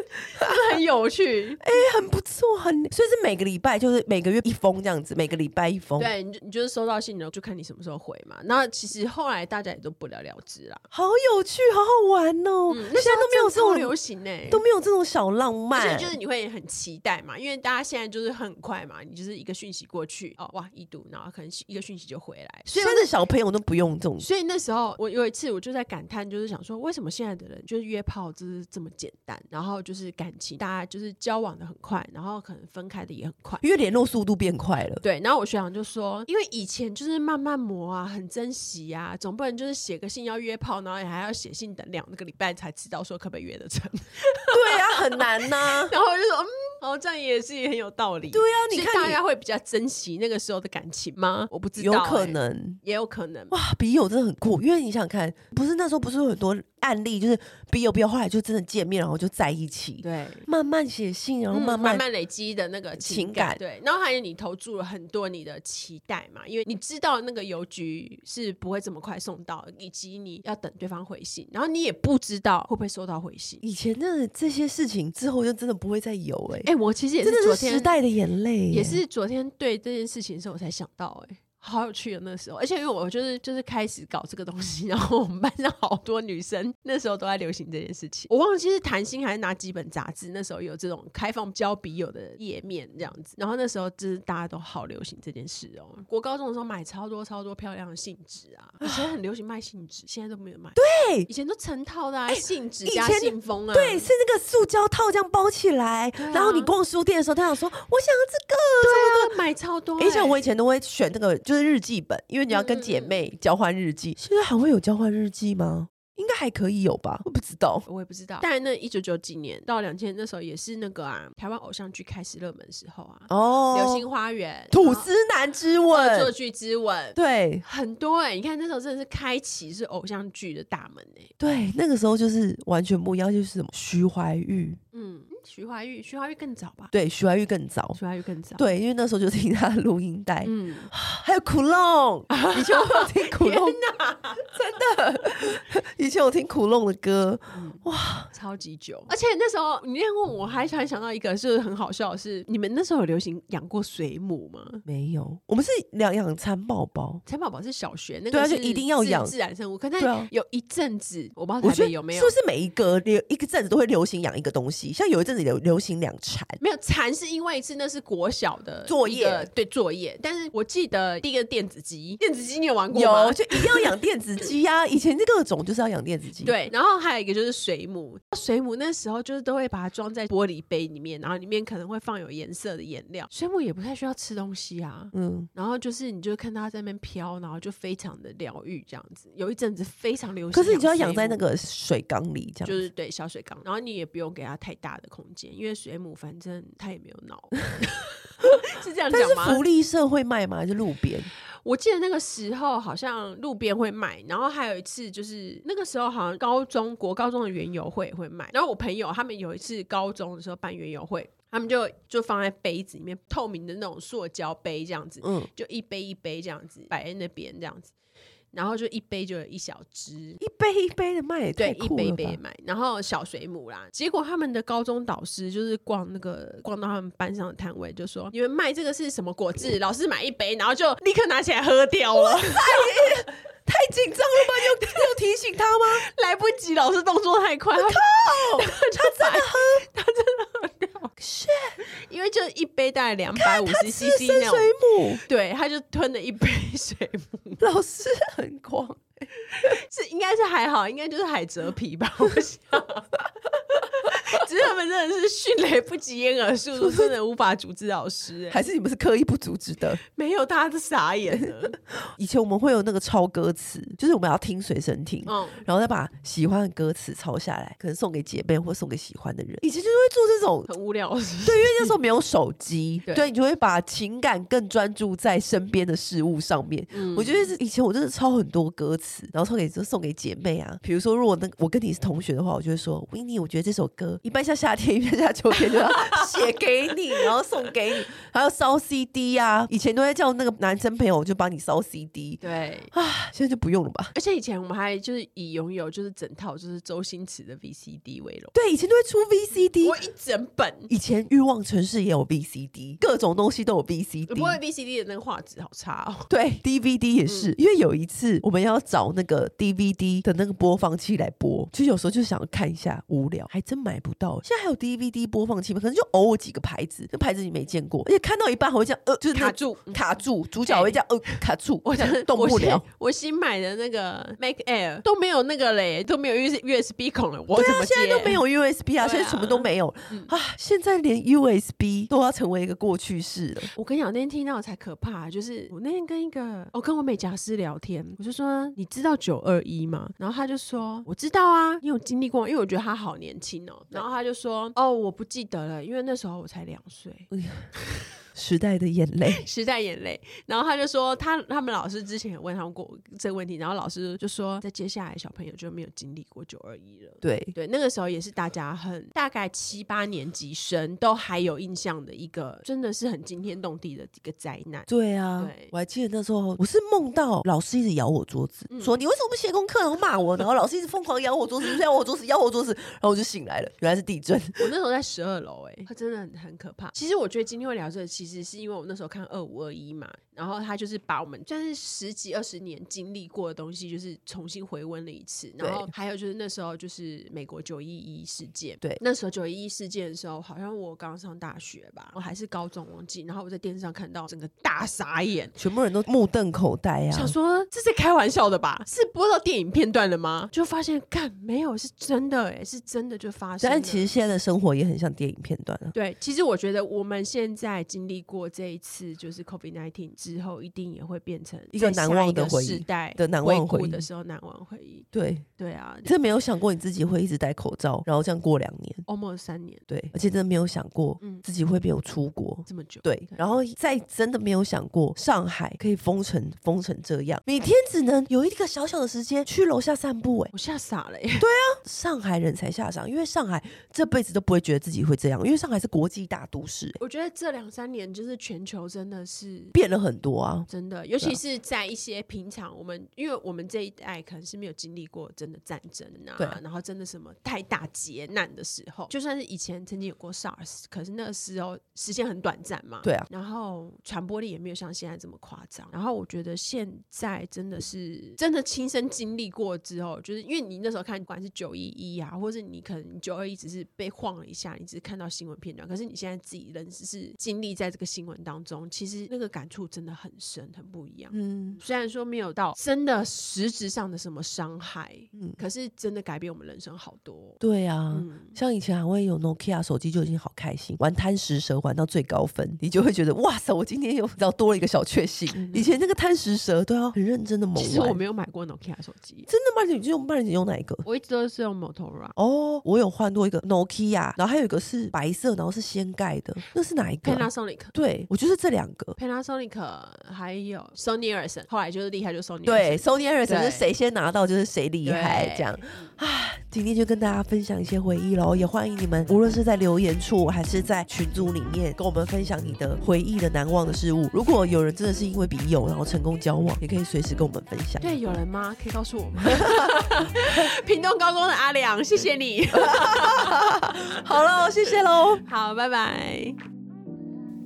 Speaker 2: 很有趣。
Speaker 1: 哎、很不错，很所以是每个礼拜就是每个月一封这样子，每个礼拜一封，
Speaker 2: 对，你就你就是收到信了，就看你什么时候回嘛。那其实后来大家也都不了了之啦。
Speaker 1: 好有趣，好好玩哦。
Speaker 2: 嗯，那
Speaker 1: 现在都没有这
Speaker 2: 时
Speaker 1: 种
Speaker 2: 候真的超流行呢、欸
Speaker 1: 都没有这种小浪
Speaker 2: 而且
Speaker 1: 漫，
Speaker 2: 就是你会很期待嘛，因为大家现在就是很快嘛，你就是一个讯息过去，哦哇一读，然后可能一个讯息就回来，所
Speaker 1: 现
Speaker 2: 以
Speaker 1: 在的小朋友都不用这种
Speaker 2: 所以那时候我有一次我就在感叹，就是想说为什么现在的人就是约炮就是这么简单，然后就是感情大家就是交往的很快，然后可能分开的也很快。
Speaker 1: 因为联络速度变快 了。
Speaker 2: 对，然后我学长就说，因为以前就是慢慢磨啊，很珍惜啊，总不能就是写个信要约炮，然后你还要写信等两个礼拜才知道说可不可以约得成。
Speaker 1: 对
Speaker 2: 啊
Speaker 1: 呀、很难呐、
Speaker 2: 然后我就说，嗯，哦，这样也是很有道理。
Speaker 1: 对啊你
Speaker 2: 所以
Speaker 1: 看
Speaker 2: 大
Speaker 1: 你
Speaker 2: 家会比较珍惜那个时候的感情吗？我不知道、
Speaker 1: 有可
Speaker 2: 欸，
Speaker 1: 能。
Speaker 2: 也有可能。
Speaker 1: 哇，笔友真的很酷，因为你想想看，不是那时候不是有很多案例，就是笔友笔友后来就真的见面，然后就在一起，
Speaker 2: 对。
Speaker 1: 慢慢写信，然后
Speaker 2: 嗯
Speaker 1: 慢慢、
Speaker 2: 慢累积的那个情
Speaker 1: 情感
Speaker 2: 对，然后还有你投注了很多你的期待嘛，因为你知道那个邮局是不会这么快送到，以及你要等对方回信，然后你也不知道会不会收到回信。
Speaker 1: 以前的这些事情之后就真的不会再有哎、
Speaker 2: 哎、我其实也
Speaker 1: 真
Speaker 2: 是昨
Speaker 1: 的是时
Speaker 2: 天，
Speaker 1: 代的眼泪耶，欸
Speaker 2: 也是昨天对这件事情的时候我才想到、哎。好有趣的那时候，而且因为我就是就是开始搞这个东西， 然后我们班上好多女生那时候都在流行这件事情。我忘记是谈心还是哪几本杂志，那时候有这种开放交笔友的页面这样子。然后那时候就是大家都好流行这件事哦、国高中的时候买超多超多漂亮的信纸啊，以前很流行卖信纸，现在都没有卖。对，以前都成套的、啊信纸
Speaker 1: 哎以
Speaker 2: 加
Speaker 1: 前
Speaker 2: 信封啊。
Speaker 1: 对，是那个塑胶套这样包起来，
Speaker 2: 啊
Speaker 1: 然后你逛书店的时候，他想说我想要这个，
Speaker 2: 对啊，买超多、
Speaker 1: 而且
Speaker 2: 哎
Speaker 1: 我以前都会选那个就是日记本，因为你要跟姐妹交换日记。嗯现在还会有交换日记吗？应该还可以有吧？我不知道。
Speaker 2: 我也不知道。但那一九九几年到两千那时候也是那个啊，台湾偶像剧开始热门的时候啊，
Speaker 1: 哦
Speaker 2: 流星花园》、
Speaker 1: 吐司男之
Speaker 2: 恶作
Speaker 1: 吻，
Speaker 2: 剧之吻，
Speaker 1: 对
Speaker 2: 很多哎、你看那时候真的是开启是偶像剧的大门哎、
Speaker 1: 对，那个时候就是完全不一样，就是什么徐怀钰，
Speaker 2: 嗯，徐怀钰，徐怀钰更早吧？
Speaker 1: 对，徐怀钰更早。
Speaker 2: 徐怀钰更早。，
Speaker 1: 对，因为那时候就听他的录音带，
Speaker 2: 嗯，
Speaker 1: 还有苦弄，以前我有听苦
Speaker 2: 天
Speaker 1: 弄，
Speaker 2: 哪，
Speaker 1: 以前我听苦弄的歌，
Speaker 2: 超级久！而且那时候你那样问我，我还突然想到一个，是很好笑的是，你们那时候有流行养过水母吗？
Speaker 1: 没有，我们是两养蚕宝宝，
Speaker 2: 蚕宝宝是小学那
Speaker 1: 对啊
Speaker 2: 个是
Speaker 1: 就一定要
Speaker 2: 自
Speaker 1: 养
Speaker 2: 自然生物，可
Speaker 1: 对啊
Speaker 2: 是有一阵子我不知道
Speaker 1: 我
Speaker 2: 台
Speaker 1: 觉得
Speaker 2: 北有没有啊
Speaker 1: 是不，是每一个流一个阵子都会流行养一个东西？像有一阵子流流行养蝉，
Speaker 2: 没有蝉是因为是那是国小的
Speaker 1: 作
Speaker 2: 一个
Speaker 1: 业
Speaker 2: 对作业。但是我记得第一个电子鸡，电子鸡你有玩过吗
Speaker 1: 有？就一定要养电子鸡呀、以前这个种就是要养电子鸡，，
Speaker 2: 对，然后还有一个就是水母，水母那时候就是都会把它装在玻璃杯里面，然后里面可能会放有颜色的颜料。水母也不太需要吃东西啊，
Speaker 1: 嗯，
Speaker 2: 然后就是你就看它在那边飘，然后就非常的疗愈这样子。有一阵子非常流行，
Speaker 1: 可是你就要养在那
Speaker 2: 个。
Speaker 1: 个水缸里这样，
Speaker 2: 就是对小水缸，然后你也不用给它太大的空间，因为水母反正它也没有脑， 是这样
Speaker 1: 但
Speaker 2: 讲
Speaker 1: 是
Speaker 2: 吗
Speaker 1: 福？利社会卖吗？还是路边？
Speaker 2: 我记得那个时候好像路边会卖，然后还有一次就是那个时候好像高中国高中的园游会也会卖，然后我朋友他们有一次高中的时候办园游会。他们就就放在杯子里面，透明的那种塑胶杯这样子，
Speaker 1: 嗯，
Speaker 2: 就一杯一杯这样子摆在那边这样子，然后就一杯就有一小只，
Speaker 1: 一杯一杯的卖也
Speaker 2: 对
Speaker 1: 太，
Speaker 2: 一
Speaker 1: 酷
Speaker 2: 杯一
Speaker 1: 了
Speaker 2: 杯
Speaker 1: 吧！
Speaker 2: 买，然后小水母啦。结果他们的高中导师就是逛那个逛到他们班上的摊位，就说你们卖这个是什么果汁？老师买一杯，然后就立刻拿起来喝掉了，
Speaker 1: 太紧张了吧？ 有有提醒他吗？
Speaker 2: 来不及，老师动作太快，他
Speaker 1: 靠！
Speaker 2: 就把因为就一杯大概两百五
Speaker 1: 吃
Speaker 2: 十 CC
Speaker 1: 生
Speaker 2: 那种，
Speaker 1: 水母，
Speaker 2: 对，他就吞了一杯水母，
Speaker 1: 老师很狂。
Speaker 2: 是应该是还好，应该就是海蜇皮吧，我想。 只是他们真的是迅雷不及掩耳速，真的无法阻止老师、哎，
Speaker 1: 还是你们是刻意不阻止的？
Speaker 2: 没有大家都傻眼了。
Speaker 1: 以前我们会有那个抄歌词，就是我们要听随身听，
Speaker 2: 嗯，
Speaker 1: 然后再把喜欢的歌词抄下来，可能送给姐妹或送给喜欢的人。以前就是会做这 种，
Speaker 2: 很无聊，是不是
Speaker 1: 对，因为那时候没有手机，
Speaker 2: 对
Speaker 1: 对你就会把情感更专注在身边的事物上面。我觉得是以前我真的抄很多歌词，然后抄给就送给姐妹啊。比如说，如果那我跟你是同学的话，我就会说 w i n n i e 我觉得这首歌一般像夏天，一般像秋天，就要写给你，然后送给你，还有烧 CD 啊。以前都会叫那个男生朋友就帮你烧 CD
Speaker 2: 对。
Speaker 1: 啊，现在就不用了吧。
Speaker 2: 而且以前我们还就是以拥有就是整套就是周星驰的 VCD 为荣，
Speaker 1: 对，以前都会出 VCD，
Speaker 2: 我一整本，
Speaker 1: 以前《欲望城市》也有 VCD，各种东西都有
Speaker 2: 不过
Speaker 1: VCD。
Speaker 2: VCD 的那个画质好差 哦。
Speaker 1: 对，DVD 也是，
Speaker 2: 嗯
Speaker 1: 因为有一次我们要找那个 DVD 的那个播放器来播，其实有时候就想要看一下，无聊，还真买不到。现在还有 DVD 播放器吗？可能就偶尔几个牌子，那牌子你没见过，而且看到一半还会这样，呃，就是那
Speaker 2: 卡住
Speaker 1: 卡住，主角会这样，呃，卡住，我想动
Speaker 2: 我
Speaker 1: 不
Speaker 2: 新
Speaker 1: 了。
Speaker 2: 我新买的那个 Mac Air 都没有那个嘞，都没有 US USB 孔了，我
Speaker 1: 对
Speaker 2: 怎
Speaker 1: 啊，
Speaker 2: 么
Speaker 1: 现在都没
Speaker 2: 有。
Speaker 1: 有 USB 啊，
Speaker 2: 对啊
Speaker 1: 现在什么都没有啊！现在连 USB 都要成为一个过去式了。
Speaker 2: 我跟你讲，那天听到才可怕，就是我那天跟一个我、跟我美甲师聊天，我就说你知道九二一吗？然后他就说我知道啊，你有经历过，因为我觉得他好年轻哦。然后他就说哦，我不记得了，因为那时候我才两岁。
Speaker 1: 时代的眼 泪，
Speaker 2: 时代眼泪。然后他就说，他他们老师之前也问他们过这个问题，然后老师就说，在接下来小朋友就没有经历过九二一了。
Speaker 1: 对，
Speaker 2: 对，那个时候也是大家很大概七八年级生都还有印象的一个，真的是很惊天动地的一个灾难。
Speaker 1: 对啊
Speaker 2: 对，
Speaker 1: 我还记得那时候我是梦到老师一直咬我桌子，
Speaker 2: 嗯
Speaker 1: 说你为什么不写功课，然后骂我，然后老师一直疯狂咬我桌子，就是咬我桌子，咬我桌子，然后我就醒来了，原来是地震。
Speaker 2: 我那时候在十二楼，哎，真的很很可怕。其实我觉得今天会聊这个，其实是因为我那时候看二五二一嘛，然后他就是把我们算是十几二十年经历过的东西，就是重新回温了一次。然后还有就是那时候就是美国九一一事件，
Speaker 1: 对
Speaker 2: 那时候九一一事件的时候，好像我刚上大学吧，我还是高中忘记。然后我在电视上看到，整个大傻眼。
Speaker 1: 全部人都目瞪口呆呀、
Speaker 2: 想
Speaker 1: 啊！
Speaker 2: 说这是开玩笑的吧？是播到电影片段了吗？就发现干没有，是真的哎、是真的就发生了。
Speaker 1: 但其实现在的生活也很像电影片段啊。
Speaker 2: 对，其实我觉得我们现在经历过这一次就是 COVID nineteen 之后，一定也会变成
Speaker 1: 一个
Speaker 2: 在
Speaker 1: 难
Speaker 2: 下
Speaker 1: 忘
Speaker 2: 一
Speaker 1: 的
Speaker 2: 个
Speaker 1: 回
Speaker 2: 时
Speaker 1: 忆
Speaker 2: 代
Speaker 1: 的难忘
Speaker 2: 回
Speaker 1: 回
Speaker 2: 顾
Speaker 1: 忆
Speaker 2: 的时候难忘回忆。
Speaker 1: 对，
Speaker 2: 对啊
Speaker 1: 真没有想过你自己会一直戴口罩，然后这样过两年。
Speaker 2: ，almost 三年
Speaker 1: 对，而且真的没有想过
Speaker 2: 嗯
Speaker 1: 自己会没有出国。
Speaker 2: 这么久。
Speaker 1: 对，然后再真的没有想过上海可以封城，封成这样，每天只能有一个小小的时间去楼下散步、欸。
Speaker 2: 我吓傻了耶！
Speaker 1: 上海人才下场，因为上海这辈子都不会觉得自己会这样，因为上海是国际大都市、欸
Speaker 2: 我觉得这两三年就是全球真的是
Speaker 1: 变了很多啊。
Speaker 2: 真的，尤
Speaker 1: 对
Speaker 2: 其
Speaker 1: 啊
Speaker 2: 是在一些平常我们，因为我们这一代可能是没有经历过真的战争啊，
Speaker 1: 对啊
Speaker 2: 然后真的什么太大劫难的时候，就算是以前曾经有过 SARS，可是那个时候时间很短暂嘛，
Speaker 1: 对啊，
Speaker 2: 然后传播力也没有像现在这么夸张。然后我觉得现在真的是真的亲身经历过之后，就是因为你那时候看，不管是九一一啊，或者你可能九二一只是被晃了一下，你只是看到新闻片段，可是你现在自己人是经历在这个新闻当中，其实那个感触真的很深，很不一样。
Speaker 1: 嗯，
Speaker 2: 虽然说没有到真的实质上的什么伤害，
Speaker 1: 嗯
Speaker 2: 可是真的改变我们人生好多。
Speaker 1: 对啊。
Speaker 2: 嗯，
Speaker 1: 像以前还会有 Nokia 手机就已经好开心，玩贪食蛇玩到最高分，你就会觉得哇塞，我今天又找多了一个小确幸。以前那个贪食蛇都要很认真的猛
Speaker 2: 嗯其
Speaker 1: 玩，
Speaker 2: 实我没有买过 Nokia 手机，
Speaker 1: 真的吗？你用慢你用哪一个？
Speaker 2: 我一直都是用 Motorola。
Speaker 1: 哦，我有换过一个 Nokia，然后还有一个是白色，然后是掀盖的，那是哪一个啊、
Speaker 2: Panasonic
Speaker 1: 对，我就是这两个。
Speaker 2: Panasonic 还有 Sony Ericsson，后来就是厉害就是 Sony。
Speaker 1: 对，，Sony Ericsson
Speaker 2: 对
Speaker 1: 是谁先拿到就是谁厉害，
Speaker 2: 对
Speaker 1: 这样啊。今天就跟大家分享一些回忆喽，也欢迎你们，无论是在留言处还是在群组里面，跟我们分享你的回忆的难忘的事物。如果有人真的是因为笔友然后成功交往，也可以随时跟我们分享。
Speaker 2: 对，有人吗？可以告诉我吗？ 屏东高中的阿良，谢谢你。
Speaker 1: 好喽，谢谢喽。
Speaker 2: 好，拜拜。